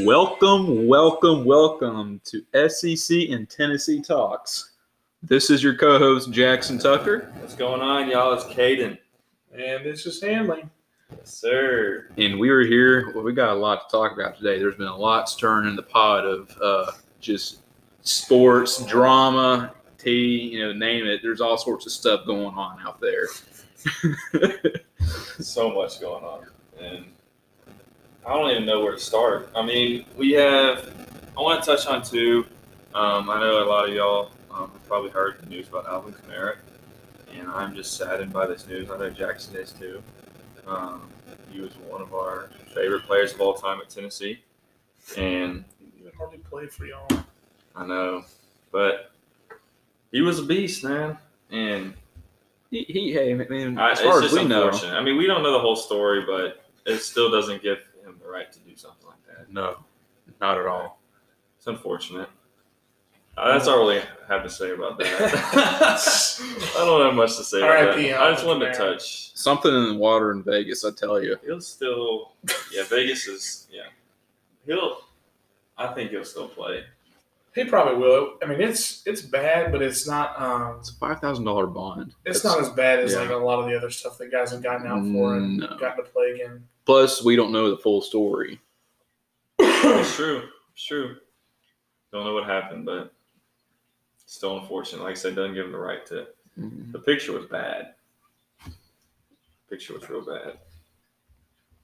Welcome, welcome, welcome to SEC and Tennessee Talks. This is your co host, Jackson Tucker, What's going on, y'all? It's Caden. And this is Hanley. Yes, sir. and we were here. Well, we got a lot to talk about today. There's been a lot stirring in the pot of uh, just sports, drama, tea, you know, name it. There's all sorts of stuff going on out there. So much going on. And I don't even know where to start. I mean, we have, I want to touch on two. Um, I know a lot of y'all um, have probably heard the news about Alvin Kamara. And I'm just saddened by this news. I know Jackson is too. Um, he was one of our favorite players of all time at Tennessee. And You hardly played for y'all. I know, but he was a beast, man. And He, he hey, man, I, as far Uh, it's as just we know. unfortunate. I mean, we don't know the whole story, but it still doesn't give him the right to do something like that. No, not at all. It's unfortunate. Uh, that's all I really have to say about that. I don't have much to say about R.I.P. that. I just wanted to Alvin Kamara. touch. Something in the water in Vegas, I tell you. He'll still, yeah, Vegas is, yeah. He'll, I think he'll still play. He probably will. I mean, it's it's bad, but it's not um, It's a $5,000 bond. it's That's- not as bad as yeah. like a lot of the other stuff that guys have gotten out for and No. gotten to play again. Plus, we don't know the full story. It's true. It's true. Don't know what happened, but still unfortunate. Like I said, doesn't give him the right to. The picture was bad. Picture was real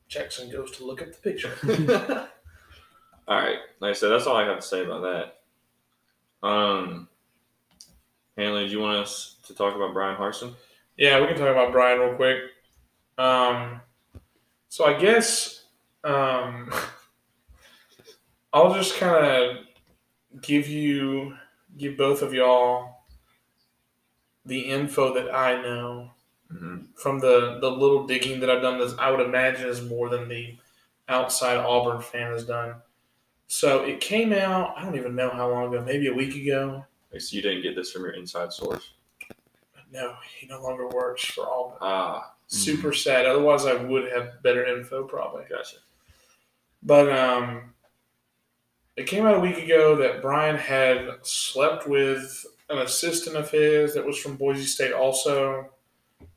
Jackson goes to look at the picture. bad. all right. Like I said, that's all I have to say about that. Um, Hanley, do you want us to talk about Brian Harson? Yeah, we can talk about Brian real quick. Um, so I guess um, I'll just kind of give you, give both of y'all the info that I know Mm-hmm. from the the little digging that I've done. This I would imagine is more than the outside Auburn fan has done. So it came out. I don't even know how long ago. Maybe a week ago. you didn't get this from your inside source. No, he no longer works for Auburn. Ah, super sad. Otherwise, I would have better info probably. gotcha. But um, it came out a week ago that Brian had slept with an assistant of his that was from Boise State also,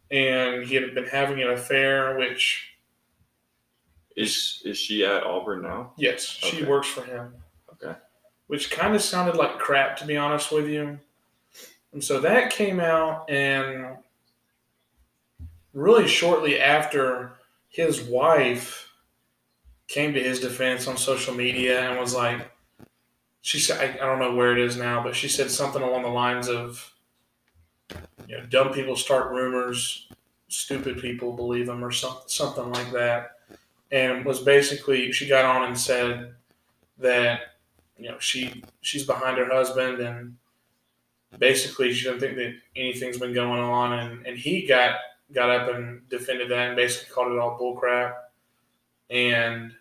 and he had been having an affair. Which Is is she at Auburn now? yes, she Okay. works for him. Okay. Which kind of sounded like crap, to be honest with you. And so that came out, and really shortly after, his wife came to his defense on social media and was like, she said, I, I don't know where it is now, but she said something along the lines of, you know, dumb people start rumors, stupid people believe them, or some, something like that. And was basically, she got on and said that, you know, she she's behind her husband and basically she didn't think that anything's been going on and, and he got got up and defended that and basically called it all bullcrap. And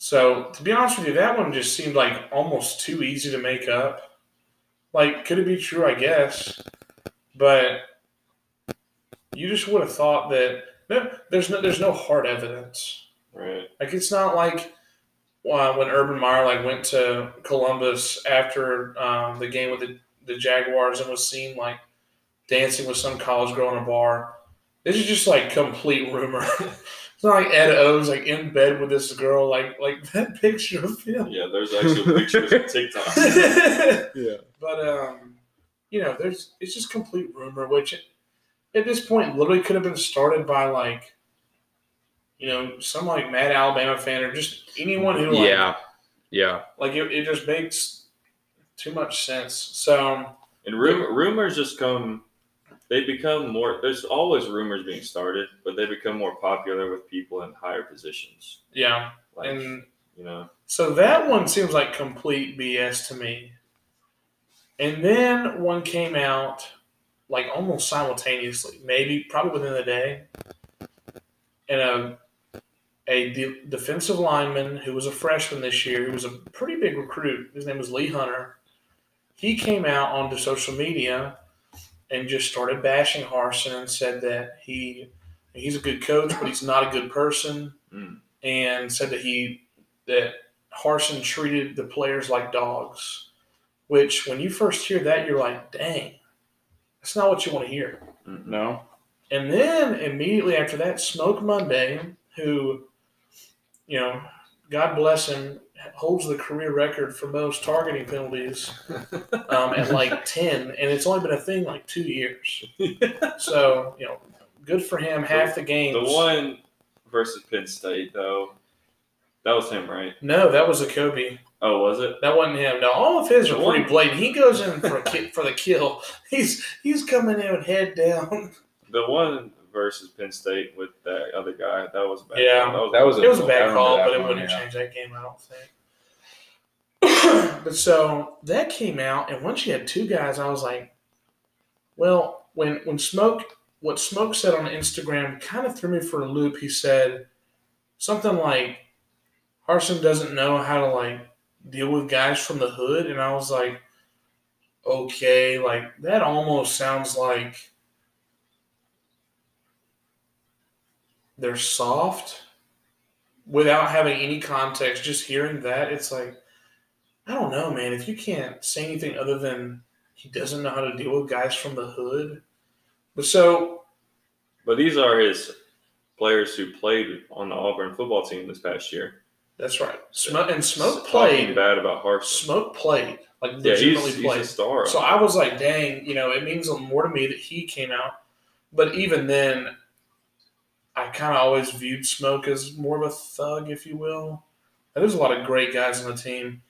so, to be honest with you, that one just seemed like almost too easy to make up. Like, could it be true? I guess, but you just would have thought that no, there's no there's no hard evidence. Right. Like it's not like uh, when Urban Meyer like went to Columbus after um, the game with the, the Jaguars and was seen like dancing with some college girl in a bar. This is just like complete rumor. it's not like Ed O's like in bed with this girl. Like like that picture of him. Yeah, there's actual pictures on TikTok. but Yeah. um, you know, there's it's just complete rumor, which at this point literally could have been started by like. You know, some like mad Alabama fan or just anyone who like Yeah. Yeah. like it, it just makes too much sense so And rum- rumors just come, they become more, there's always rumors being started, but they become more popular with people in higher positions. yeah Like, and you know, so that one seems like complete bs to me and then one came out like almost simultaneously maybe probably within the day and a a de- defensive lineman who was a freshman this year who was a pretty big recruit his name was lee hunter he came out onto social media and just started bashing Harson and said that he he's a good coach, but he's not a good person, Mm. and said that he that Harson treated the players like dogs, which when you first hear that, you're like, dang, that's not what you want to hear. No. And then immediately after that, Smoke Monday, who, you know, God bless him, holds the career record for most targeting penalties um, at like 10, and it's only been a thing like two years. so, you know, good for him. Half the games. The one versus Penn State, though, that was him, right? No, that was a Kobe. Oh, was it? That wasn't him. No, all of his are The pretty one- blatant. He goes in for a ki- for the kill. He's he's coming in with head down. The one versus Penn State with that other guy, that was bad. Yeah. That was a- It was a I bad remember call, that but it one, wouldn't yeah. change that game, I don't think. but so that came out, and once you had two guys, I was like, well, when when Smoke what Smoke said on Instagram kind of threw me for a loop. He said something like Harson doesn't know how to like deal with guys from the hood, and I was like, okay, like that almost sounds like they're soft without having any context. Just hearing that, it's like, I don't know, man. If you can't say anything other than he doesn't know how to deal with guys from the hood, but so But these are his players who played on the Auburn football team this past year. That's right. Smoke and Smoke Talking played. bad about Harson. Smoke played. Like Yeah, legitimately he's, he's a played. star. so I was like, dang, you know, it means more to me that he came out. But even then, I kind of always viewed Smoke as more of a thug, if you will. Now, there's a lot of great guys on the team,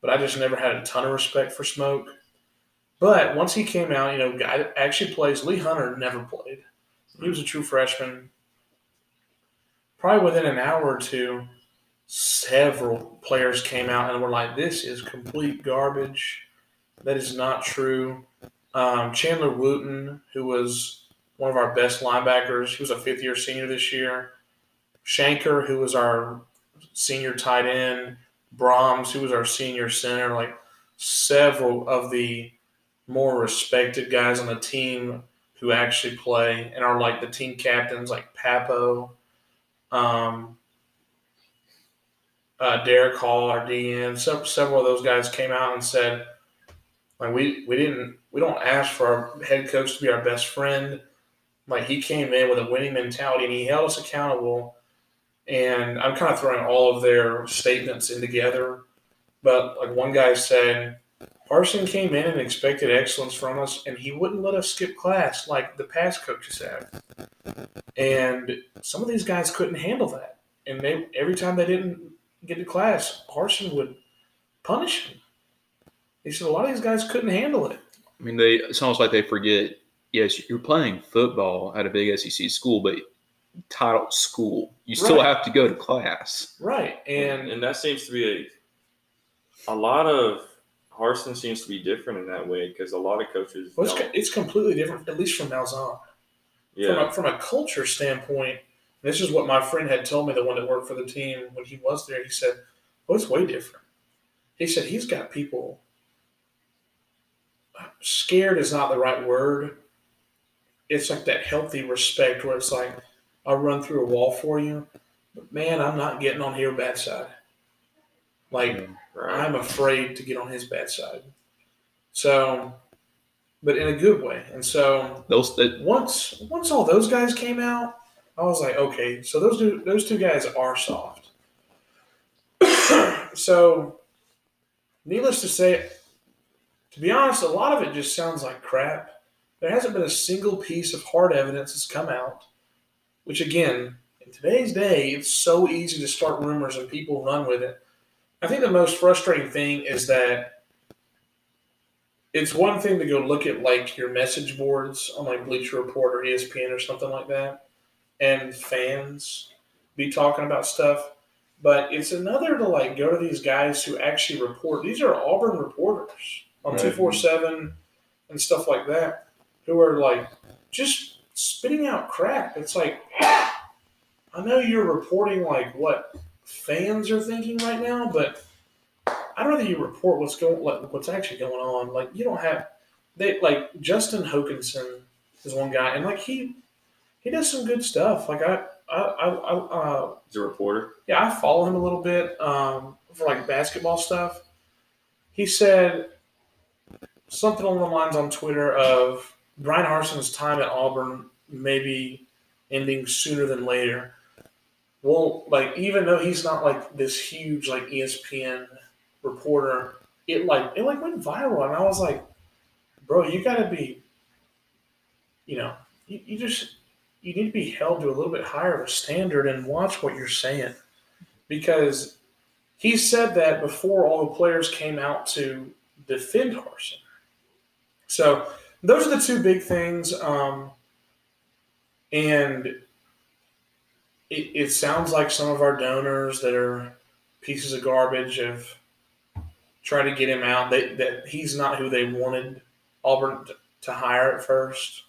but I just never had a ton of respect for Smoke. But once he came out, you know, guy that actually plays. Lee Hunter never played. He was a true freshman. Probably within an hour or two, several players came out and were like, "This is complete garbage. That is not true." Um, Chandler Wooten, who was one of our best linebackers, he was a fifth-year senior this year. Shanker, who was our senior tight end. Brahms, who was our senior center. Like several of the more respected guys on the team who actually play and are like the team captains, like Papo. Um, uh, Derek Hall, our DN, se- several of those guys came out and said, like we we didn't we don't ask for our head coach to be our best friend. Like he came in with a winning mentality and he held us accountable. And I'm kind of throwing all of their statements in together, but like one guy said, Parson came in and expected excellence from us, and he wouldn't let us skip class like the past coaches have. And some of these guys couldn't handle that, and they every time they didn't get to class, Harson would punish him. He said a lot of these guys couldn't handle it. I mean, they it's almost like they forget. Yes, you're playing football at a big SEC school, but titled school, you still Right. have to go to class. Right. And, and and that seems to be a, a lot of Harson seems to be different in that way because a lot of coaches well, it's, don't- it's completely different, at least from Malzahn. yeah From, a, from a culture standpoint, this is what my friend had told me, the one that worked for the team when he was there. He said, Well, it's way different. He said, He's got people uh, scared is not the right word. It's like that healthy respect where it's like, I'll run through a wall for you, but man, I'm not getting on your bad side. Like, right I'm afraid to get on his bad side. So, but in a good way. And so, Those that once once all those guys came out, I was like, okay, so those two those two guys are soft. so, needless to say, to be honest, a lot of it just sounds like crap. There hasn't been a single piece of hard evidence that's come out, which again, in today's day, it's so easy to start rumors and people run with it. I think the most frustrating thing is that it's one thing to go look at like your message boards on like Bleacher Report or E ESPN or something like that, and fans be talking about stuff. But it's another to like go to these guys who actually report. These are Auburn reporters on Right. two four seven and stuff like that, who are like just spitting out crap. It's like I know you're reporting like what fans are thinking right now, but I'd rather you report what's going, like, what's actually going on. Like you don't have, they like Justin Hokinson is one guy, and like he, he does some good stuff. Like I, I, I, I uh, he's a reporter yeah, I follow him a little bit. Um, for like basketball stuff. He said something along the lines on Twitter of Brian Harson's time at Auburn maybe ending sooner than later. Well, like even though he's not like this huge like E ESPN reporter, it like it like went viral, and I was like, bro, you gotta be, you know, you, you just you need to be held to a little bit higher of a standard and watch what you're saying, because he said that before all the players came out to defend Harson. So those are the two big things. Um, and it, it sounds like some of our donors that are pieces of garbage have tried to get him out. They, that he's not who they wanted Auburn t- to hire at first.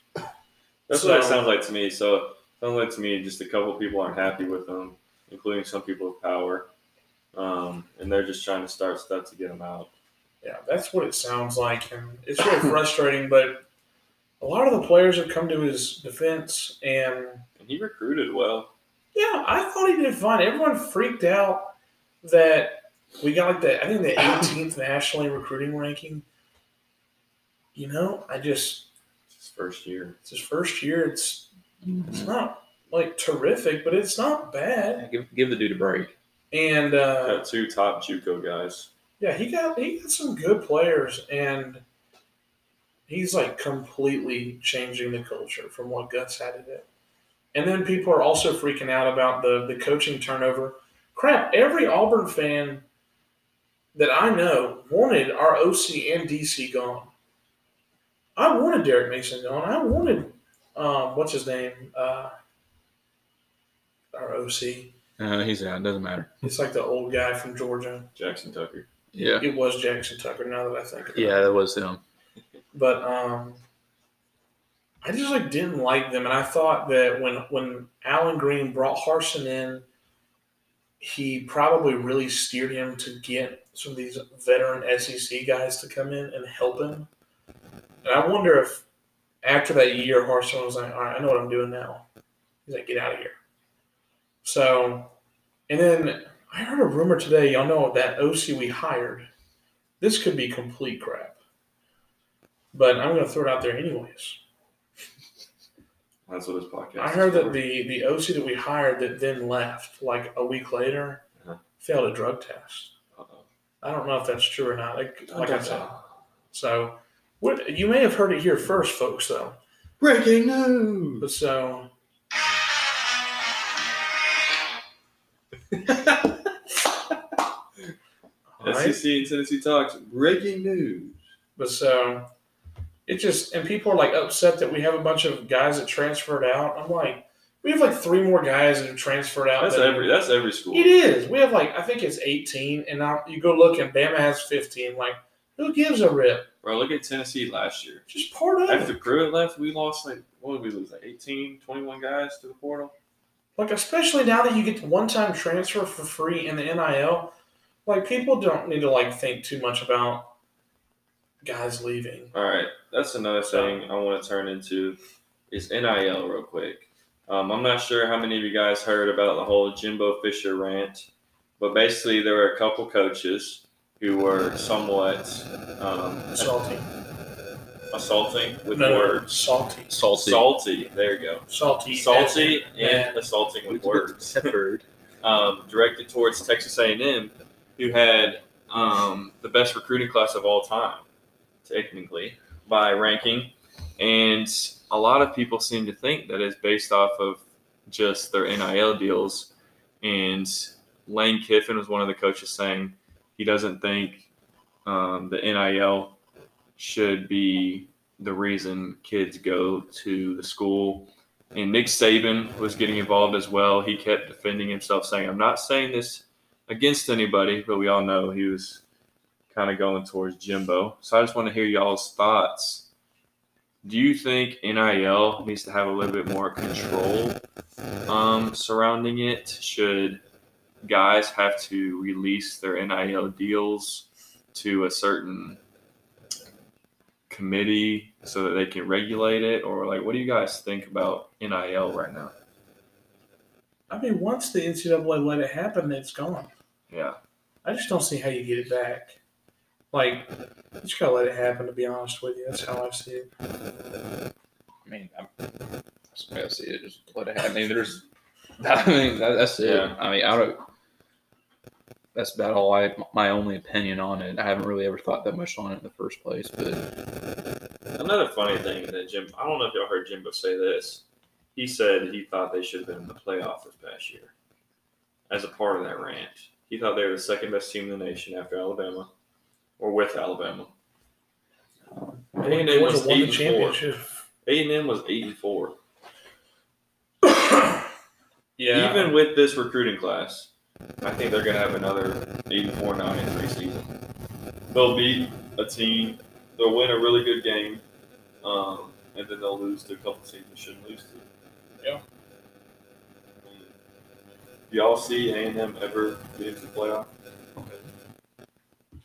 That's So- what it sounds like to me. So it sounds like to me just a couple people aren't happy with them, including some people with power, um, and they're just trying to start stuff to get them out. Yeah, that's what it sounds like, and it's really frustrating. But a lot of the players have come to his defense, and And he recruited well. Yeah, I thought he did fine. Everyone freaked out that we got like the I think the 18th nationally recruiting ranking. You know, I just It's his first year. it's his first year. It's it's not like terrific, but it's not bad. Yeah, give, give the dude a break. And uh, Got two top JUCO guys. yeah, he got he got some good players, and he's like completely changing the culture from what Gus had it. And then people are also freaking out about the the coaching turnover. Crap! Every Auburn fan that I know wanted our OC and DC gone. I wanted Derek Mason gone. I wanted um, what's his name, uh, our OC. Uh, he's out. Doesn't matter. It's like the old guy from Georgia. Jackson Tucker. Yeah. It was Jackson Tucker. Now that I think, about it. Yeah, that was him. But um, I just like didn't like them, and I thought that when when Alan Green brought Harson in, he probably really steered him to get some of these veteran SEC guys to come in and help him. And I wonder if after that year, Harson was like, "All right, I know what I'm doing now." He's like, "Get out of here." So, and then I heard a rumor today. Y'all know that OC we hired. This could be complete crap but I'm going to throw it out there anyways. That's what his podcast. I is heard for. that the the OC that we hired that then left like a week later Uh-huh. failed a drug test. Uh-oh. I don't know if that's true or not. Like, like I said, Uh, so what you may have heard it here first, folks. Though, Breaking news. but so all right. SEC E and Tennessee talks breaking news. But so it just and people are like upset that we have a bunch of guys that transferred out. I'm like, we have like three more guys that have transferred out. That's that- every. That's every school. It is. We have like I think it's 18, and now you go look and Bama has 15. Like, who gives a rip? Bro, look at Tennessee last year. Just part of After it. Pruitt left, we lost like what did we lose? Like 18, 21 guys to the portal. Like, especially now that you get the one-time transfer for free in the NIL, like people don't need to like think too much about guys leaving. All right, that's another thing I want to turn into is NIL real quick. Um, I'm not sure how many of you guys heard about the whole Jimbo Fisher rant, but basically there were a couple coaches who were somewhat um, Salty. assaulting with No, no, words. Salty. Salty. Salty. There you go. Salty. Salty Yeah. and assaulting with words. Peppered. um, directed towards Texas A&M, who had um, the best recruiting class of all time, technically by ranking, and a lot of people seem to think that it's based off of just their NIL deals. And Lane Kiffin was one of the coaches saying he doesn't think um, the NIL should be the reason kids go to the school and Nick Saban was getting involved as well. He kept defending himself, saying, "I'm not saying this against anybody," but we all know he was kind of going towards Jimbo. So I just want to hear y'all's thoughts. Do you think NIL needs to have a little bit more control um, surrounding it? Should guys have to release their NIL deals to a certain committee so that they can regulate it or like what do you guys think about nil right now I mean, once the NCAA let it happen, it's gone. yeah I just don't see how you get it back. Like, you just gotta let it happen. To be honest with you, that's how I see it. I mean, I'm, that's the way I see it. Just let it happen. I mean, there's, I mean, that, that's it. Yeah. I mean, I don't. That's about all I. My only opinion on it. I haven't really ever thought that much on it in the first place. But Another funny thing that Jim, I don't know if y'all heard Jimbo say this. He said he thought they should have been in the playoff this past year. As a part of that rant, he thought they were the second best team in the nation after Alabama, or with Alabama. A and M Georgia was won the eight and four. championship. A and M was eight and four. Yeah, Even with this recruiting class, I think they're gonna have another eight and four, nine and three season. They'll beat a team. They'll win a really good game, um, and then they'll lose to a couple teams they shouldn't lose to. Yeah. I mean, Do y'all see A and M ever get into the playoff?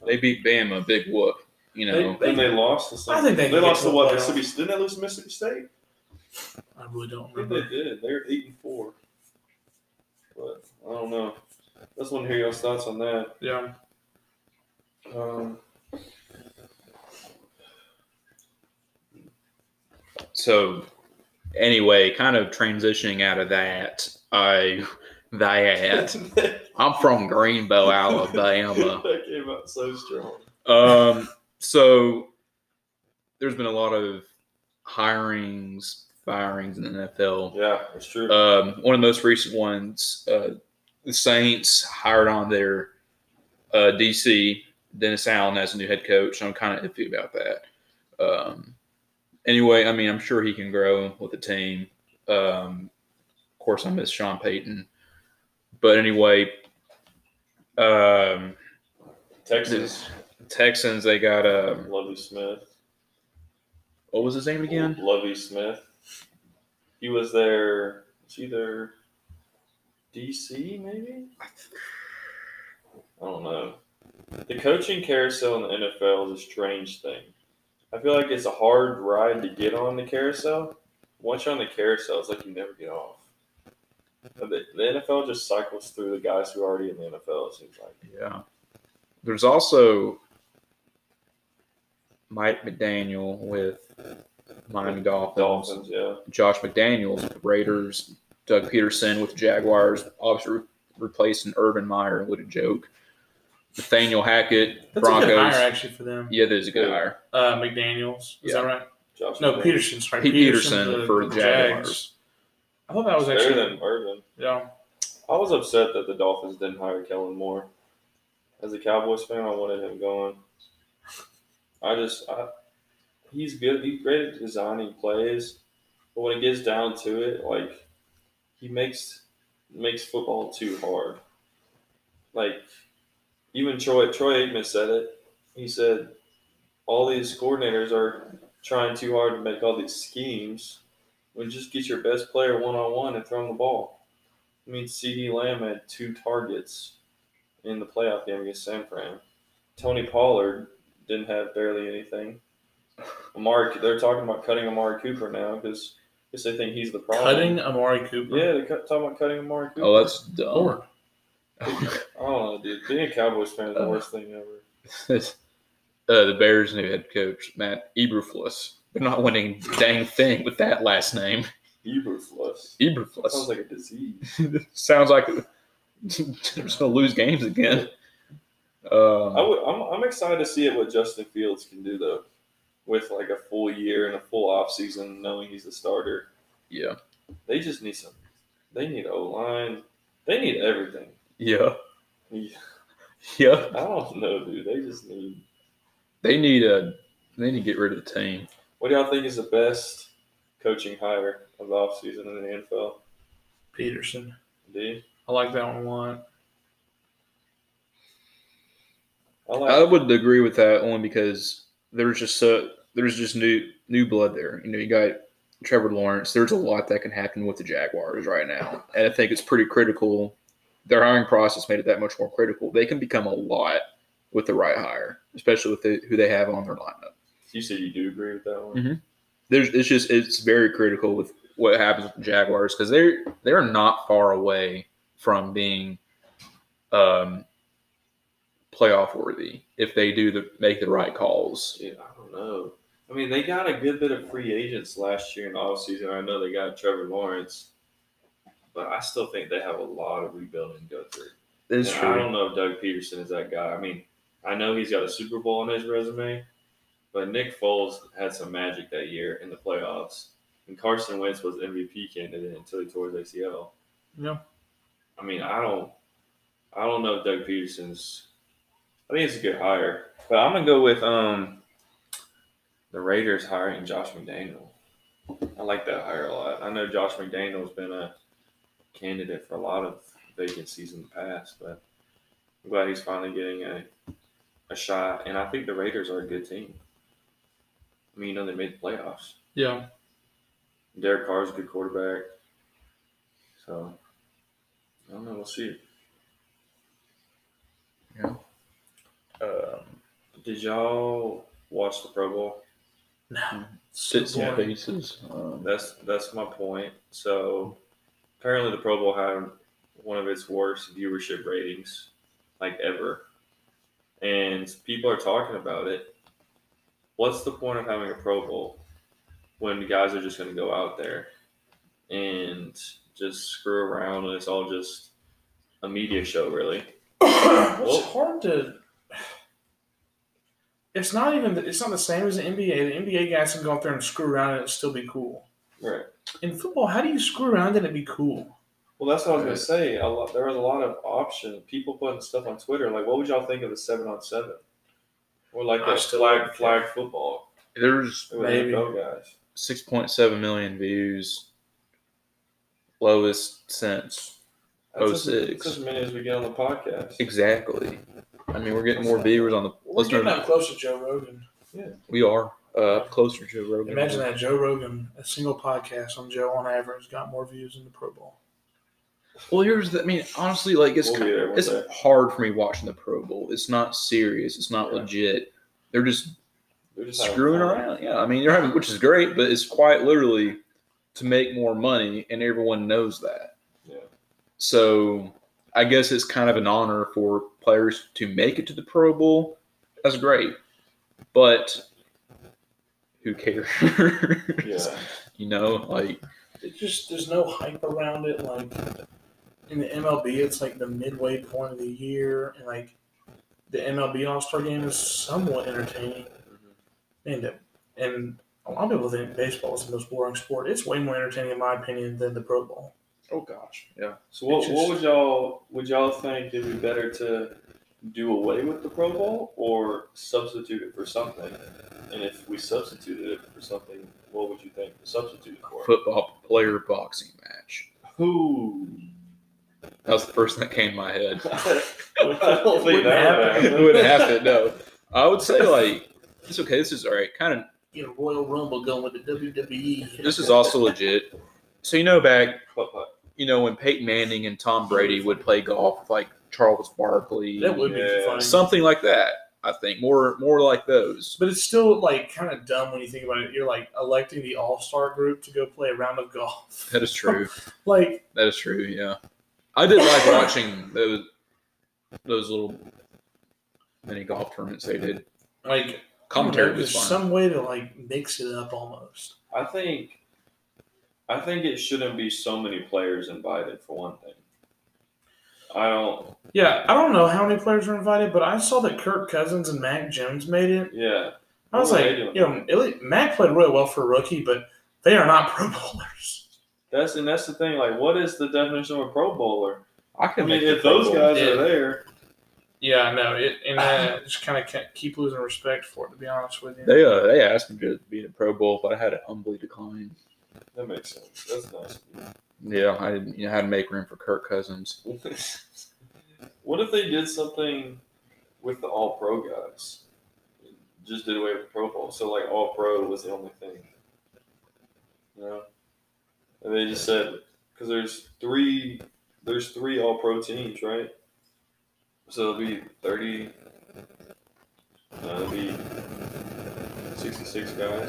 they beat Bama, big whoop. You know, Then they lost to some. I think they they can lost to get to what the Mississippi? Didn't they lose to Mississippi State? I really don't I think they remember. did. They're eight and four. But I don't know. Just want to hear y'all's thoughts on that. Yeah, Um, so anyway, kind of transitioning out of that, I that I'm from Greenbow, Alabama. that came out so strong. Um, so there's been a lot of hirings, firings in the NFL. Yeah, it's true. Um, one of the most recent ones, uh, the Saints hired on their uh, DC Dennis Allen as a new head coach. I'm kind of iffy about that. Um, anyway, I mean, I'm sure he can grow with the team. Um, of course, I miss Sean Payton, but anyway, um, Texas, Texans they got um, Lovey Smith. what was his name again? Lovey Smith. He was there. It's either DC, maybe. Oh, I don't know. The coaching carousel in the NFL is a strange thing. I feel like it's a hard ride to get on the carousel. Once you're on the carousel, it's like you never get off. But The, the NFL just cycles through the guys who are already in the NFL. It seems like. Yeah. There's also Mike McDaniel with Miami Dolphins, Dolphins, yeah. Josh McDaniels with the Raiders, Doug Peterson with the Jaguars, obviously re- replacing Urban Meyer. What a joke. Nathaniel Hackett, that's a Broncos. good hire actually for them. Yeah, there's a good Yeah. hire. Uh, McDaniel's, is that right? Josh No, McDaniels. Peterson's right. Pete Peterson Peterson's for the Jaguars. I thought that was Better actually than Urban. yeah. I was upset that the Dolphins didn't hire Kellen Moore. As a Cowboys fan, I wanted him going. I just, I, he's good. He's great at designing plays, but when it gets down to it, like he makes makes football too hard. Like even Troy Troy Aikman said it. He said all these coordinators are trying too hard to make all these schemes when just get your best player one on one and throw him the ball. I mean, CD Lamb Lamb had two targets in the playoff game against San Fran. Tony Pollard didn't have barely anything. Mark, they're talking about cutting Amari Cooper now because they think he's the problem. Cutting Amari Cooper. Yeah, they're cut, talking about cutting Amari Cooper. Oh, that's dumb. Lord. I don't know, dude. Being a Cowboys fan is the Uh. worst thing uh, ever. the Bears' new head coach, Matt Eberflus. They're not winning a dang thing with that last name, Eberflus. Eberflus. Sounds like a disease. sounds like they're just gonna lose games again. Um, I would, I'm, I'm excited to see what Justin Fields can do though, with like a full year and a full off season, knowing he's the starter. yeah, They just need some. They need O line. They need everything. yeah, Yeah, yeah. I don't know, dude. They just need. They need a. They need to get rid of the team. What do y'all think is the best coaching hire of the offseason in the NFL? Peterson. D. I like that one a lot. I like. I would agree with that only because there's just so there's just new new blood there. You know, you got Trevor Lawrence. There's a lot that can happen with the Jaguars right now, and I think it's pretty critical. Their hiring process made it that much more critical. They can become a lot with the right hire, especially with the, who they have on their lineup. you said you do agree with that one. Mhm. there's it's just it's very critical with what happens with the Jaguars because they're they're not far away from being um playoff worthy if they do the make the right calls. Dude, I don't know. I mean, they got a good bit of free agents last year in the offseason. I know they got Trevor Lawrence, but I still think they have a lot of rebuilding to go through. That's And I don't know if Doug Peterson is that guy. I mean, I know he's got a Super Bowl on his resume, but Nick Foles had some magic that year in the playoffs, and Carson Wentz was MVP candidate until he tore his ACL. Yeah. I mean, I don't, I don't know if Doug Peterson's. I think it's a good hire, but I'm gonna go with um, the Raiders hiring Josh McDaniel. I like that hire a lot. I know Josh McDaniel's been a candidate for a lot of vacancies in the past, but I'm glad he's finally getting a a shot. And I think the Raiders are a good team. I mean, you know, they made the playoffs. Yeah. Derek Carr's a good quarterback. So I don't know, we'll see. Um, Did y'all watch the Pro Bowl? No. sits and Boring. pieces. Um, That's that's my point. So apparently the Pro Bowl had one of its worst viewership ratings like ever. And people are talking about it. What's the point of having a Pro Bowl when the guys are just gonna go out there and just screw around and it's all just a media show really? it's hard to. It's not even. It's not the same as the NBA. The NBA guys can go out there and screw around and it'd still be cool. Right. In football, how do you screw around and it be cool? Well, that's what I was Right. gonna say. A lot, there was a lot of options. People putting stuff on Twitter, like, "What would y'all think of a seven on seven? Or like I the still flag like it. flag football there's with the Maybe. NFL guys. six point seven million views, lowest since Oh, That's as- 06. that's As, many as we get on the podcast. exactly. I mean, we're getting more viewers on the We're listener. getting up close to Joe Rogan. We are uh, up closer to Rogan. Imagine that Joe Rogan, a single podcast on Joe on average, got more views than the Pro Bowl. Well, here's the. I mean, honestly, like it's We'll kind be there one it's day. hard for me watching the Pro Bowl. It's not serious. It's not Yeah. legit. They're just They're just having screwing fun. around. Yeah, I mean, they're having, which is great, but it's quite literally to make more money, and everyone knows that. Yeah. So I guess it's kind of an honor for players to make it to the Pro Bowl. That's great, but who cares? Yeah, You know, like It just there's no hype around it. Like in the MLB, it's like the midway point of the year, and like the MLB All Star Game is somewhat entertaining. And it- and a lot of people think baseball is the most boring sport. It's way more entertaining, in my opinion, than the Pro Bowl. oh gosh, yeah. So what, It's just- what would y'all would y'all think it'd be better to do away with the Pro Bowl or substitute it for something? And if we substituted it for something, what would you think to substitute it for? Football player boxing match. Who? That was the first thing that came to my head. I don't think that would Wouldn't happen. it happen. wouldn't happen. No, I would say like it's okay. This is all right. Kind of. You know, Royal Rumble going with the E. WWE. This is also legit. So you know back, But, but, you know when Peyton Manning and Tom Brady would play golf with like Charles Barkley, that would be Yeah. funny. something like that. I think more more like those. But it's still like kind of dumb when you think about it. You're like electing the All Star group to go play a round of golf. That is true. Like That is true. Yeah, I did like watching those those little mini golf tournaments they did. like Commentary was there's fun. some way to like mix it up almost. I think, I think it shouldn't be so many players invited for one thing. I don't. Yeah, I don't know how many players were invited, but I saw that Kirk Cousins and Mac Jones made it. Yeah. I was Oh, What were like, they doing? you know, at least- Mac played really well for a rookie, but they are not Pro Bowlers. That's and that's the thing. Like, what is the definition of a Pro Bowler? I I can mean, make the if Pro those Bowl. guys Yeah. are there, Yeah, no, it, and uh, just kind of keep losing respect for it. To be honest with you, They uh, they asked me to be in a Pro Bowl, but I had to humbly decline. that makes sense. That's nice. Yeah, I didn't. You know, I had to make room for Kirk Cousins. what if they did something with the All Pro guys? Just did away with the Pro Bowl, so like All Pro was the only thing. You know, and they just said because there's three, there's three All Pro teams, right? So it'll be thirty. No, it'll be sixty-six guys.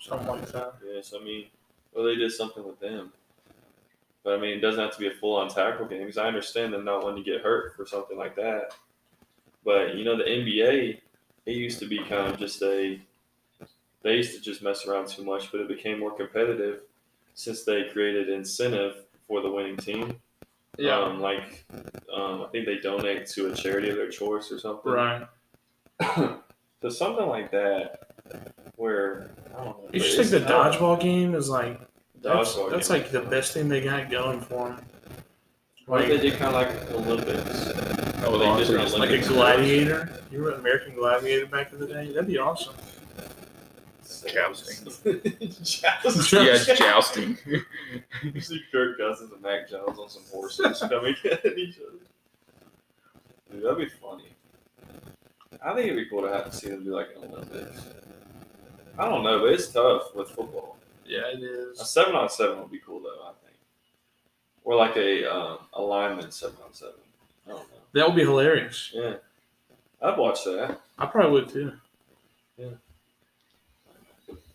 something like that. Yes, I mean, well, they did something with them. But I mean, it doesn't have to be a full on tackle game because I understand them not wanting to get hurt for something like that. But you know, the NBA, it used to be kind of just a. They used to just mess around too much, but it became more competitive since they created incentive for the winning team. Yeah. Um, like, um, I think they donate to a charity of their choice or something. right. So something like that, where I don't know. You just it's think the kind of- dodgeball game is like that's, uh, dodgeball. that's game. like the best thing they got going for them. What if Like, they did kind of like Olympics. Oh, They did honestly, an like a Olympics. gladiator. You were an American gladiator back in the day. That'd be awesome. Jousting. yeah, Jousting. it's jousting. You see Kirk Cousins and Mac Jones on some horses coming at each other. Dude, that'd be funny. I think it'd be cool to have to see them do like an Olympics. I don't know, but it's tough with football. Yeah, it A is. seven on seven would be cool though, I think. Or like a um, a lineman seven on seven. I don't know. That would be hilarious. Yeah, I'd watch that. I probably would too.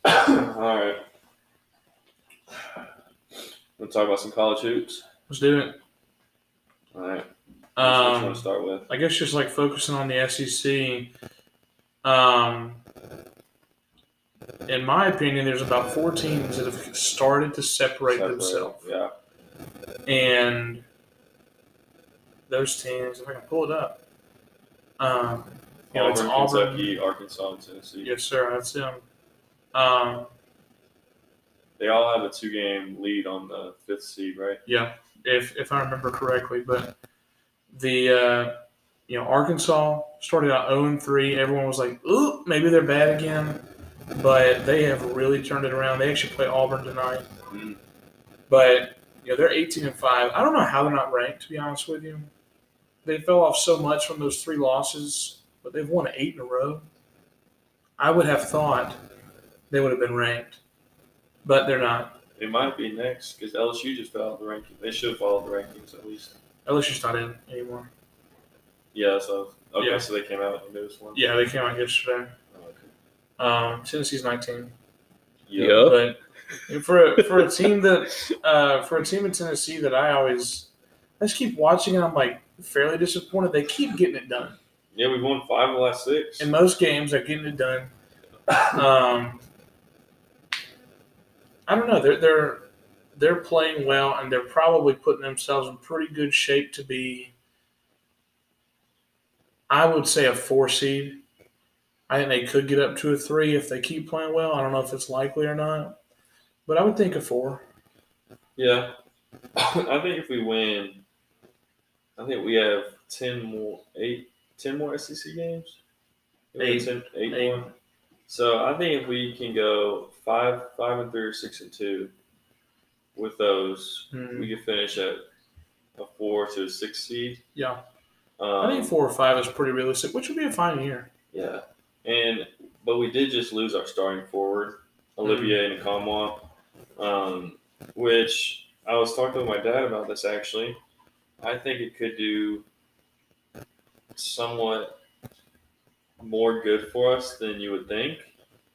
All right. We'll talk about some college hoops. Let's do it. All right. Which one Um, to start with? I guess just like focusing on the SEC. Um, in my opinion, there's about four teams that have started to separate, Separate, themselves, Yeah. and those teams, if I can pull it up, um, you know, it's Auburn, Auburn. Kentucky, Arkansas, and Tennessee. Yes, sir. That's him. Um, They all have a two-game lead on the fifth seed, right? yeah, if if I remember correctly, but the uh, you know Arkansas started out zero and three. Everyone was like, "Ooh, maybe they're bad again," but they have really turned it around. They actually play Auburn tonight, Mm. but you know they're eighteen and five. I don't know how they're not ranked. To be honest with you, they fell off so much from those three losses, but they've won eight in a row. I would have thought they would have been ranked, but they're not. It might be next because LSU just followed the ranking. They should have followed the rankings at least. LSU's not in anymore. Yeah. So okay, Yeah. so they came out with the newest one. Yeah, they came out yesterday. Oh, okay. Um, Tennessee's 19, Oh. Yeah. but for a, for a team that uh, for a team in Tennessee that I always I just keep watching and I'm like fairly disappointed. They keep getting it done Yeah, we've won five of the last six. in most games. They're getting it done. Um, I don't know. They're they're they're playing well and they're probably putting themselves in pretty good shape to be. I would say a four seed. I think they could get up to a three if they keep playing well. I don't know if it's likely or not, but I would think a four. Yeah. I think if we win, I think we have ten more eight ten more SEC games. We have Eight. 10 eight Eight. more. So I think if we can go five five and three or six and two with those, Hmm, we can finish at a four to a six seed. Yeah, Um, I think four or five is pretty realistic, which would be a fine year. yeah. And but we did just lose our starting forward, Olivier and Kamwa, um, which I was talking to my dad about this actually. I think it could do somewhat more good for us than you would think,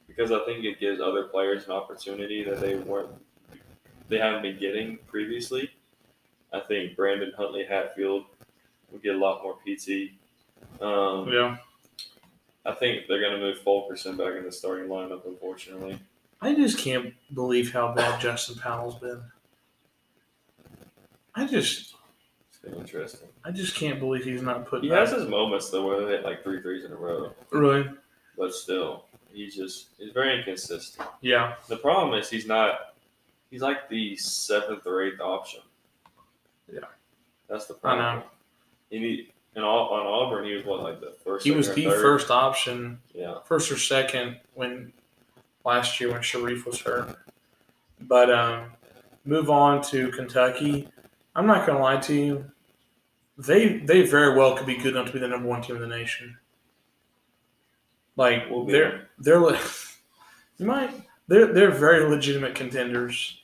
because I think it gives other players an opportunity that they weren't, they haven't been getting previously. I think Brandon Huntley Hatfield will get a lot more PT. Um, Yeah, I think they're going to move Fulkerson back in the starting lineup, unfortunately. I just can't believe how bad Justin Powell's been. I just It's been interesting. I just can't believe he's not He putting. has his moments, though, where they hit like three threes in a row, really. but still, he's just he's very inconsistent. Yeah, The problem is he's not, he's like the seventh or eighth option. Yeah. That's the I problem. know. And he, and all, on Auburn, he was what, like the first? He was the second, or third? first option, Yeah. first or second when last year when Sharif was hurt. But um, move on to Kentucky. I'm not gonna lie to you. They they very well could be good enough to be the number one team in the nation. Like Will be. they're they're le- you might they're they're very legitimate contenders.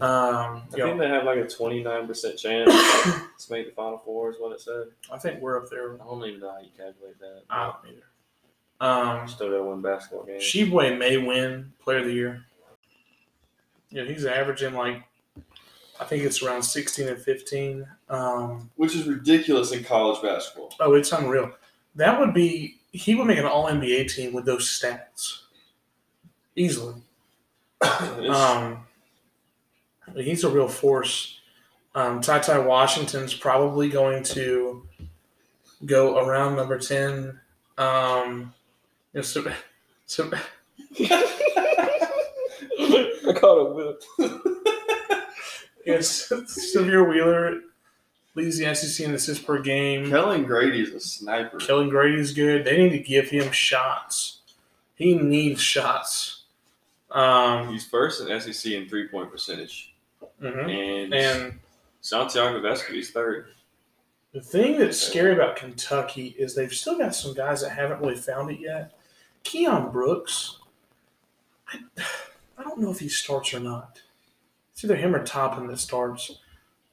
Um, I you know, think they have like a 29% chance to make the Final Four, is what it said. I think we're up there. I don't even know how you calculate that. I don't either. Um, Still got one basketball game. Sheboy may win Player of the Year. Yeah, he's averaging like I think it's around sixteen and fifteen. Um, which is ridiculous in college basketball. oh, it's unreal. That would be he would make an All NBA team with those stats easily. It's- Um, he's a real force. Um, Ty Ty Washington's probably going to go around number ten. Um, you know, so, so, I caught a whip. it's Severe Wheeler leads the SEC in assists per game. Kellen Grady's a sniper. Killing Grady's good. They need to give him shots. He needs shots. Um, He's first in SEC in three point percentage, mhm. Mm-hmm. and, And Santiago Vescovi's third. the thing that's scary about Kentucky is they've still got some guys that haven't really found it yet. Keon Brooks, I, I don't know if he starts or not. It's either him or Toppin that starts.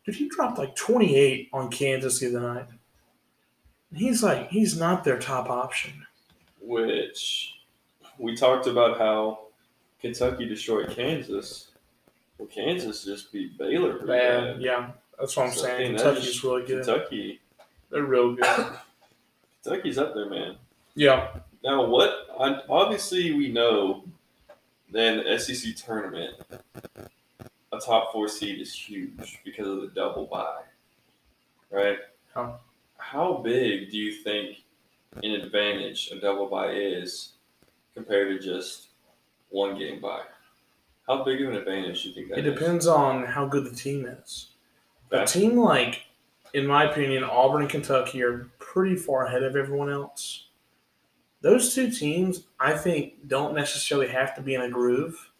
Dude, he dropped like 28 on Kansas the other night. And He's like, he's not their top option. which we talked about how Kentucky destroyed Kansas. Well, Kansas just beat Baylor. pretty bad. Yeah, that's what I'm So, I saying. think that's Kentucky's really good. Kentucky, They're real good. Kentucky's up there, man. yeah. Now, what? I, obviously, we know that in the SEC tournament, a top four seed is huge because of the double bye, right? Huh. How big do you think an advantage a double bye is compared to just one game bye? How big of an advantage do you think that It is? depends on how good the team is. A That's- team like, in my opinion, Auburn and Kentucky are pretty far ahead of everyone else. Those two teams, I think, don't necessarily have to be in a groove.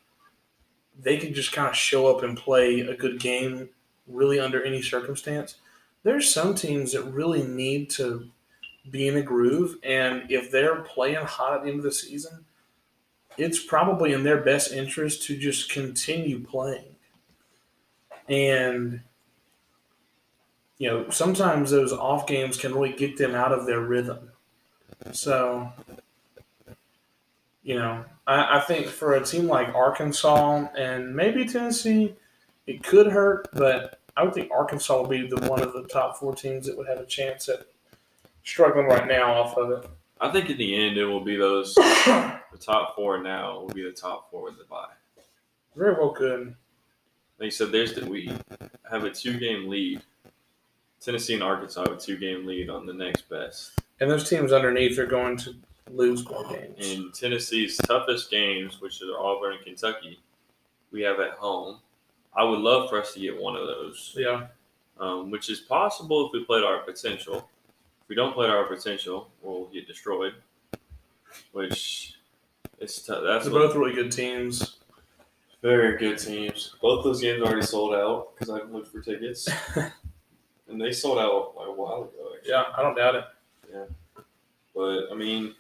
They can just kind of show up and play a good game really under any circumstance. There's some teams that really need to be in a groove, and if they're playing hot at the end of the season, it's probably in their best interest to just continue playing. And you know, sometimes those off games can really get them out of their rhythm. So, you know, I, I think for a team like Arkansas and maybe Tennessee, it could hurt, but I would think Arkansas would be the one of the top four teams that would have a chance at struggling right now off of it. I think in the end, it will be those the top four now will be the top four with the bye. Very well could. Like you said, there's the we have a two game lead. Tennessee and Arkansas have a two game lead on the next best. And those teams underneath are going to lose more games. And Tennessee's toughest games, which are Auburn and Kentucky, we have at home. I would love for us to get one of those, Yeah. um, which is possible if we played our potential. If we don't play to our potential, we'll get destroyed. Which it's tough. That's They're what- both really good teams. Very good teams. Both those games already sold out because I've looked for tickets, and they sold out a while ago. Actually. Yeah, I don't doubt it. But I mean,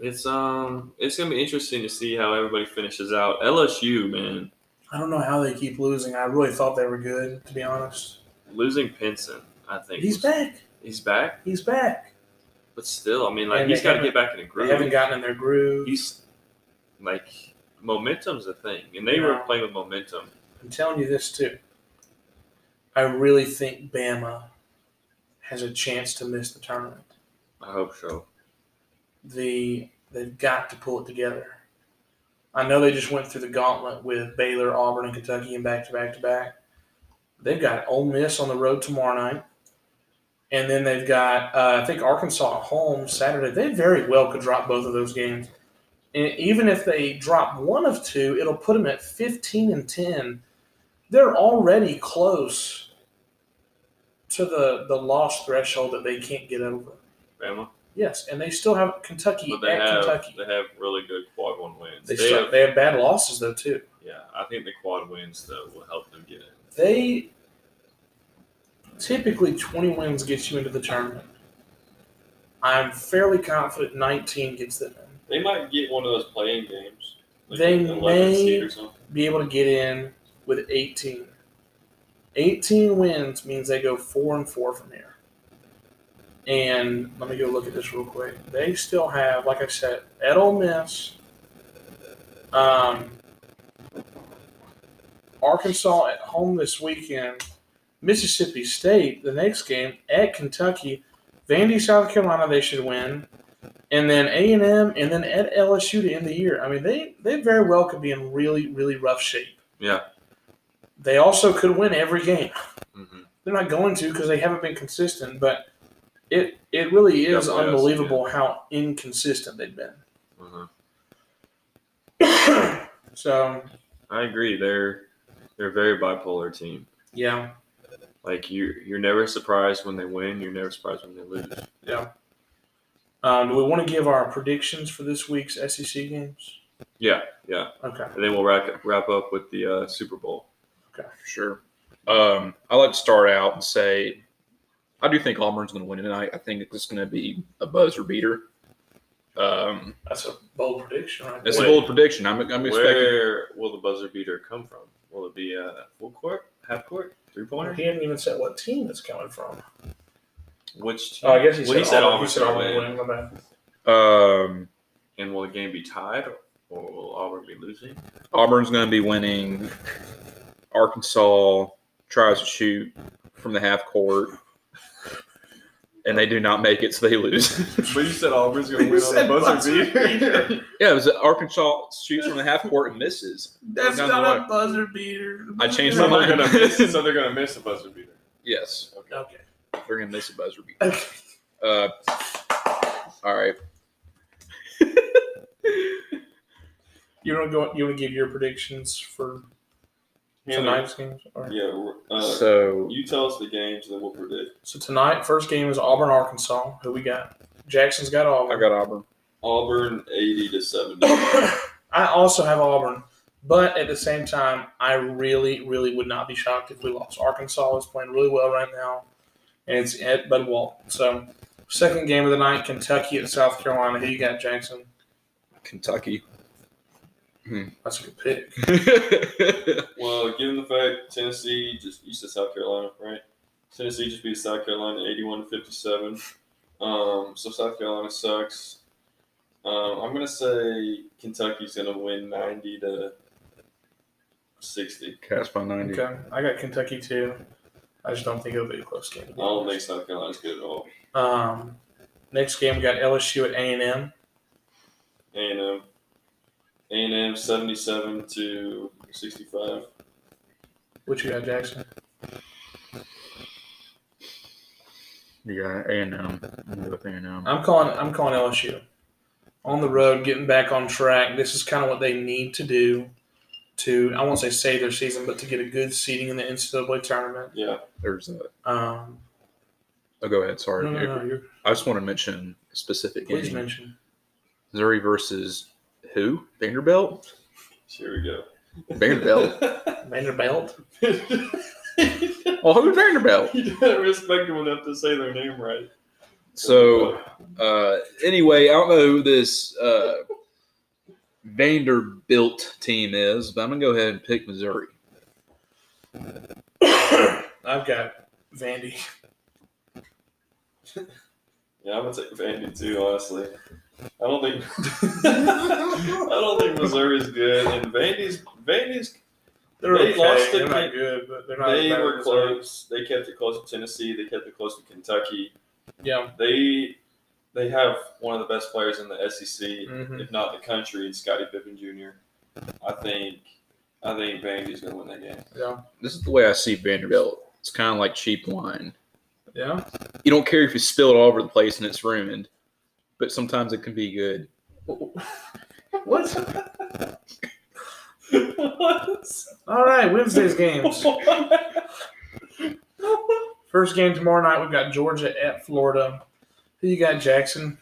it's um, it's gonna be interesting to see how everybody finishes out. LSU, man, I don't know how they keep losing. I really thought they were good, to be honest. losing Pinson, I think He's was- back. He's back, He's back. but still, I mean, like And he's they got to haven't- get back in the They groove. haven't gotten in their groove. he's like momentum's a thing, and they were Yeah. playing with momentum. I'm telling you this too. I really think Bama has a chance to miss the tournament. I hope so. The they've got to pull it together. I know they just went through the gauntlet with Baylor, Auburn, and Kentucky, and back to back to back. They've got Ole Miss on the road tomorrow night, and then they've got uh, I think Arkansas at home Saturday. They very well could drop both of those games, and even if they drop one of two, it'll put them at fifteen and ten. They're already close to the the loss threshold that they can't get over. Bama, Yes, and they still have Kentucky but they at have Kentucky. they have really good quad one wins. They, They still, have- they have bad losses though too. Yeah, I think the quad wins though will help them get in. They typically twenty wins gets you into the tournament. I'm fairly confident nineteen gets them in. They might get one of those playing games. They an 11 seed may- or something. Be able to get in with eighteen. Eighteen wins means they go four and four from here. And let me go look at this real quick. They still have, like I said, at Ole Miss, um, Arkansas at home this weekend, Mississippi State the next game at Kentucky. Vandy, South Carolina, they should win, and then A and M, and then at LSU to end the year. I mean, they they very well could be in really really rough shape. Yeah. They also could win every game. Mm-hmm, Mhm. They're not going to because they haven't been consistent, but it it really is Definitely has, unbelievable how inconsistent they've been. mm-hmm. Mhm. so I agree. They're they're a very bipolar team. yeah, Like you, you're never surprised when they win. You're never surprised when they lose. um, do we want to give our predictions for this week's SEC games? Yeah, yeah. Okay. And then we'll wrap wrap up with the uh, Super Bowl. for sure. Um, I like to start out and say I do think Auburn's going to win tonight. I think it's going to be a buzzer beater. Um, That's a bold prediction, right? it's there. a bold prediction. I'm, I'm expecting. Where will the buzzer beater come from? Will it be uh, full court, half court, three pointer? He hadn't even said what team it's coming from. Which? Oh, I guess he Well, said, he said Auburn. Auburn He said would Auburn win. would win. My bad. Um, And will the game be tied, or will Auburn be losing? Auburn's going to be winning. Arkansas tries to shoot from the half court, and they do not make it, so they lose. but you said Auburn's gonna You win on the said buzzer buzzer beater. yeah, it was Arkansas shoots from the half court and misses. That's Down the not a line. buzzer beater. I changed So my they're mind. gonna miss. So they're gonna miss the buzzer beater. Yes, Okay. they're going to miss a buzzer beater. Okay. Uh, all right. You want to go? You want to give your predictions for tonight's games? All right. Yeah. we're- Uh, so you tell us the games, then we'll predict. So tonight, first game is Auburn, Arkansas. Who we got? Jackson's got I Auburn. got Auburn. Auburn eighty to seventy. I also have Auburn, but at the same time, I really, really would not be shocked if we lost. Arkansas is playing really well right now, and it's at Bud Walt. So, second game of the night, Kentucky at South Carolina. Who you got, Jackson? Kentucky. That's a good pick. well, given the fact Tennessee just you said South Carolina, right? Tennessee just beat South Carolina eighty-one to fifty-seven. Um, so South Carolina sucks. Um, I'm gonna say Kentucky's gonna win ninety to sixty. Cast by 90. Okay, I got Kentucky too. I just don't think it'll be a close game. I don't think South Carolina's good at all. Um, next game we got LSU at A and M. A and M. A and M seventy-seven to sixty-five. What you got, Jackson? Yeah, A&M. I'm gonna go with A&M. I'm calling. I'm calling LSU on the road, getting back on track. This is kind of what they need to do to I won't say save their season, but to get a good seeding in the NCAA tournament. Yeah. There's a. Um, Oh, go ahead. Sorry. no, no, no, you're, I just want to mention a specific please game. mention. Missouri versus who? Vanderbilt. Here we go. Vanderbilt. Vanderbilt. well, who's Oh, Vanderbilt? you didn't respect them enough to say their name right. So uh, anyway, I don't know who this uh, Vanderbilt team is, but I'm gonna go ahead and pick Missouri. I've got Vandy. yeah, I'm gonna take Vandy too. Honestly, I don't think I don't think Missouri's good, and Vandy's Vandy's They're They okay. lost to they're Ken- not good, but they're not. as they bad were as Missouri. close. They kept it close to Tennessee. They kept it close to Kentucky. Yeah. They they have one of the best players in the SEC, Mhm. if not the country, in Scottie Pippen Jr. I think I think Vandy's gonna win that game. Yeah. This is the way I see Vanderbilt. It's kind of like cheap wine. Yeah. you don't care if you spill it all over the place and it's ruined, but sometimes it can be good. What? All right, Wednesday's games. First game tomorrow night, we've got Georgia at Florida. Who you got, Jackson?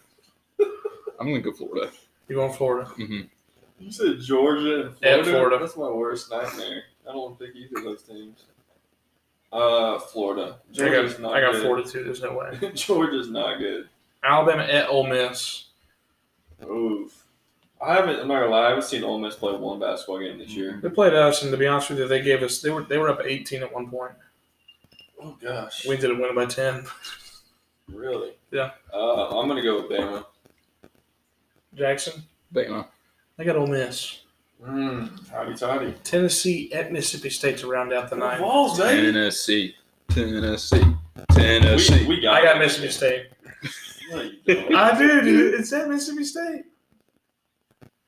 I'm gonna go Florida. You going Florida? You said Georgia and At Florida. Florida. That's my worst nightmare. I don't think either of those teams. Uh, Florida. I Georgia's got, not I got good. Florida too. There's no way. Georgia's not good. Alabama at Ole Miss. Oof. I haven't. I'm not gonna lie. I haven't seen Ole Miss play one basketball game this year. They played us, and to be honest with you, they gave us they were they were up 18 at one point. Oh gosh. We ended up winning by 10. Really? Yeah. Uh, I'm gonna go with Bama. Jackson, Bama. they got Ole Miss. Mm, howdy toddy. Tennessee at Mississippi State to round out the night. Balls, baby. Tennessee. Tennessee. Tennessee. We, we got. I got it. Mississippi State. No, you don't. I do, dude. It's at Mississippi State.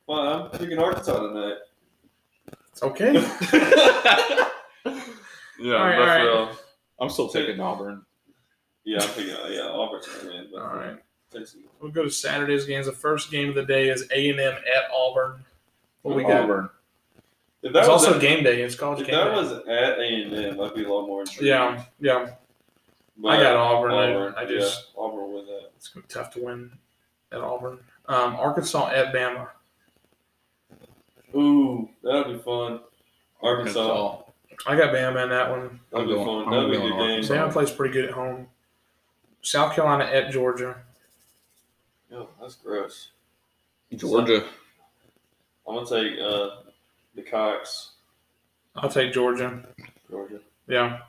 Well, I'm picking Arkansas tonight. It's okay. Yeah, All right, but all right. for real. I'm still taking Auburn. Yeah, I'm picking. Uh, yeah, Auburn's gonna win. But All right. Tennessee. We'll go to Saturday's games. The first game of the day is A and M at Auburn. What we got? Auburn. If that It's Oh, was also at, game day. It's college if game that day. was at A and M, I'd be a lot more intrigued. yeah, yeah. But I got Auburn. I- Auburn, I just yeah, Auburn with that. it's gonna be tough to win at Auburn. Um, Arkansas at Bama. Ooh, that'll be fun. Arkansas. I got Bama in that one. That'll I'm be going- fun. I'm That'll be a going good game. Arkansas. Bama plays pretty good at home. South Carolina at Georgia. Yo, that's gross. Georgia. I'm gonna take uh, the Cox, I'll take Georgia. Georgia, Yeah.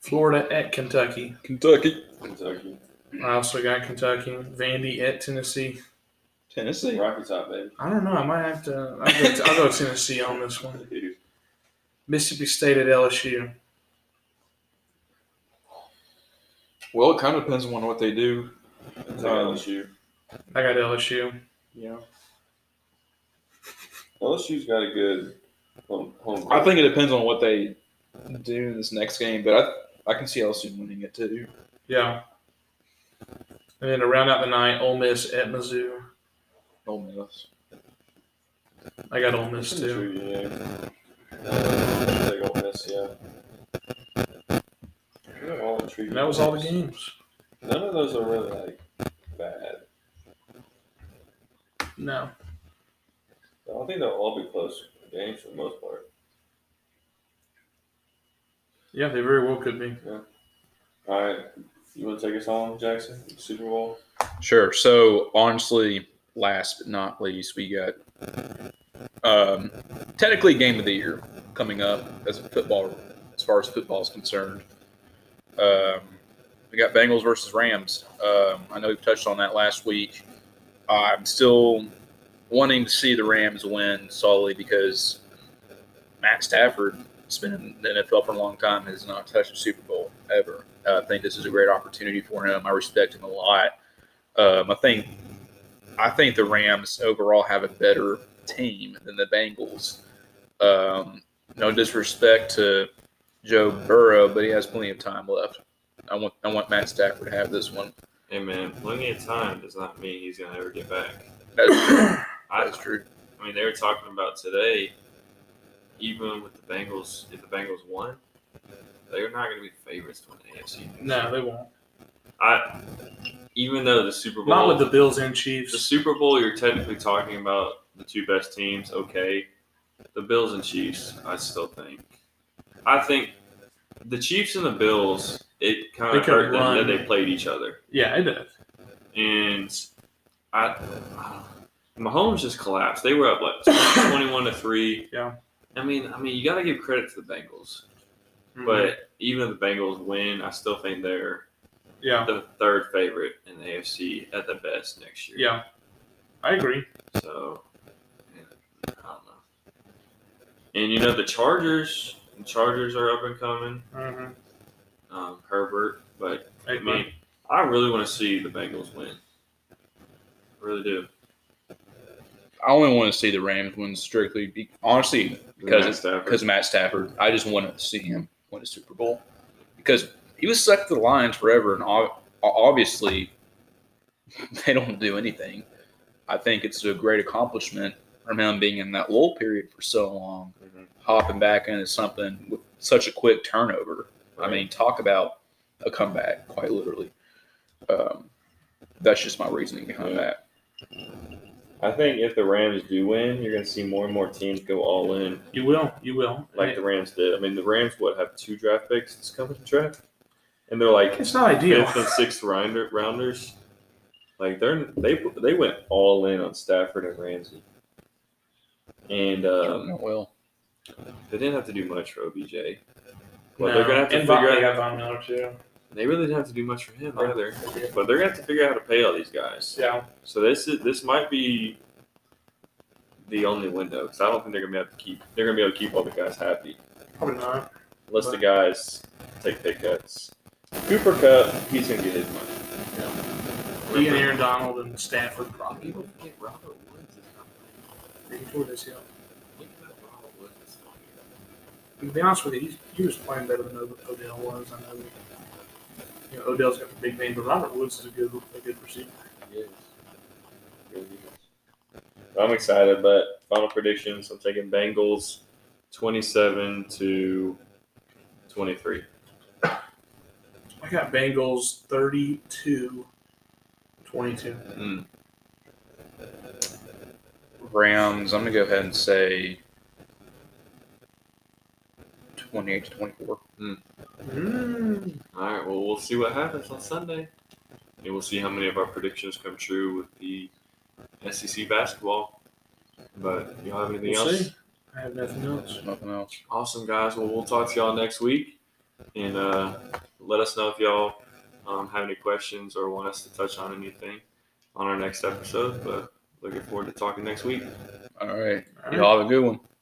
Florida at Kentucky. Kentucky. Kentucky, I also got Kentucky. Vandy at Tennessee. Tennessee. Rocky Top, baby. I don't know. I might have to. I'll go, I'll go Tennessee on this one. Dude, Mississippi State at LSU. Well, it kind of depends on what they do. I take Um, LSU. I got LSU. Yeah. LSU's got a good home. home I think it depends on what they do in this next game, but I I can see LSU winning it too. Yeah. And then to round out the night, Ole Miss at Mizzou. Ole Miss. I got Ole Miss too. True, yeah. Uh, take Ole Miss, yeah. They're all intriguing And that was all the games. games. None of those are really like bad. No. I don't think they'll all be close games for the most part. Yeah, they very well could be. All right, you want to take us home, Jackson? Super Bowl. Sure. So honestly, last but not least, we got um, technically game of the year coming up as a football as far as football is concerned. Um, we got Bengals versus Rams. Um, I know we've touched on that last week. I'm still wanting to see the Rams win solely because Matt Stafford has been in the NFL for a long time and has not touched a Super Bowl ever. Uh, I think this is a great opportunity for him. I respect him a lot. Um, I think I think the Rams overall have a better team than the Bengals. Um, no disrespect to Joe Burrow, but he has plenty of time left. I want I want Matt Stafford to have this one. Hey man, plenty of time does not mean he's gonna ever get back. That's true. I, That's true. I mean, they were talking about today, even with the Bengals, if the Bengals won, they're not going to be favorites to win the AFC. No, they won't. I, even though the Super Bowl, Not with the Bills and the Chiefs. Super Bowl, you're technically talking about the two best teams. Okay, the Bills and Chiefs. I still think. I think the Chiefs and the Bills. It kind They of could hurt them run. that they played each other, Yeah, it does. and I, Mahomes just collapsed. They were up like twenty-one to three. Yeah. I mean, I mean, you got to give credit to the Bengals, Mhm. but even if the Bengals win, I still think they're yeah, the third favorite in the AFC at the best next year. yeah, I agree. So, yeah, I don't know. And you know the Chargers. The Chargers are up and coming. Mhm. Um, Herbert, but I Hey, mean, I really want to see the Bengals win. I really do. I only want to see the Rams win strictly, be, honestly, Matt because Stafford. because Matt Stafford. I just want to see him win a Super Bowl because he was stuck to the Lions forever, and ob- obviously they don't do anything. I think it's a great accomplishment from him being in that lull period for so long, Mhm. hopping back into something with such a quick turnover. I mean, talk about a comeback, quite literally. Um, that's just my reasoning Yeah. behind that. I think if the Rams do win, you're going to see more and more teams go all in, you will, you will. like the Rams did. I mean, the Rams would have two draft picks this coming draft, and they're like it's not ideal. fifth and sixth rounder, rounders. Like they're they they went all in on Stafford and Ramsey, and um, Not well. they didn't have to do much for OBJ. But No. they're gonna have to and figure Von- out- they got Von Miller too. They really didn't have to do much for him either. But they're gonna have to figure out how to pay all these guys. Yeah, So this is this might be the only window because I don't think they're gonna be able to keep they're gonna be able to keep all the guys happy probably not. unless the guys take pay cuts. Cooper Cup, he's gonna get his money. He and Aaron Donald and Stafford probably. People forget Robert Woods is not playing. He tore this heel. Think about Robert Woods this year. And to be honest with you, he's, he was playing better than Odell was. I know. You know, Odell's got the big name, but Robert Woods is a good, a good receiver. Yes. I'm excited, but final predictions. I'm taking Bengals 27 to 23. I got Bengals 32 22. Rams, I'm going to go ahead and say 28 to 24. Mm. All right. Well, we'll see what happens on Sunday, and we'll see how many of our predictions come true with the SEC basketball. But y'all have anything We'll else? see. I have nothing else. Nothing else. Awesome, guys. Well, we'll talk to y'all next week, and uh, let us know if y'all um, have any questions or want us to touch on anything on our next episode. But looking forward to talking next week. All right. All right. Y'all have a good one.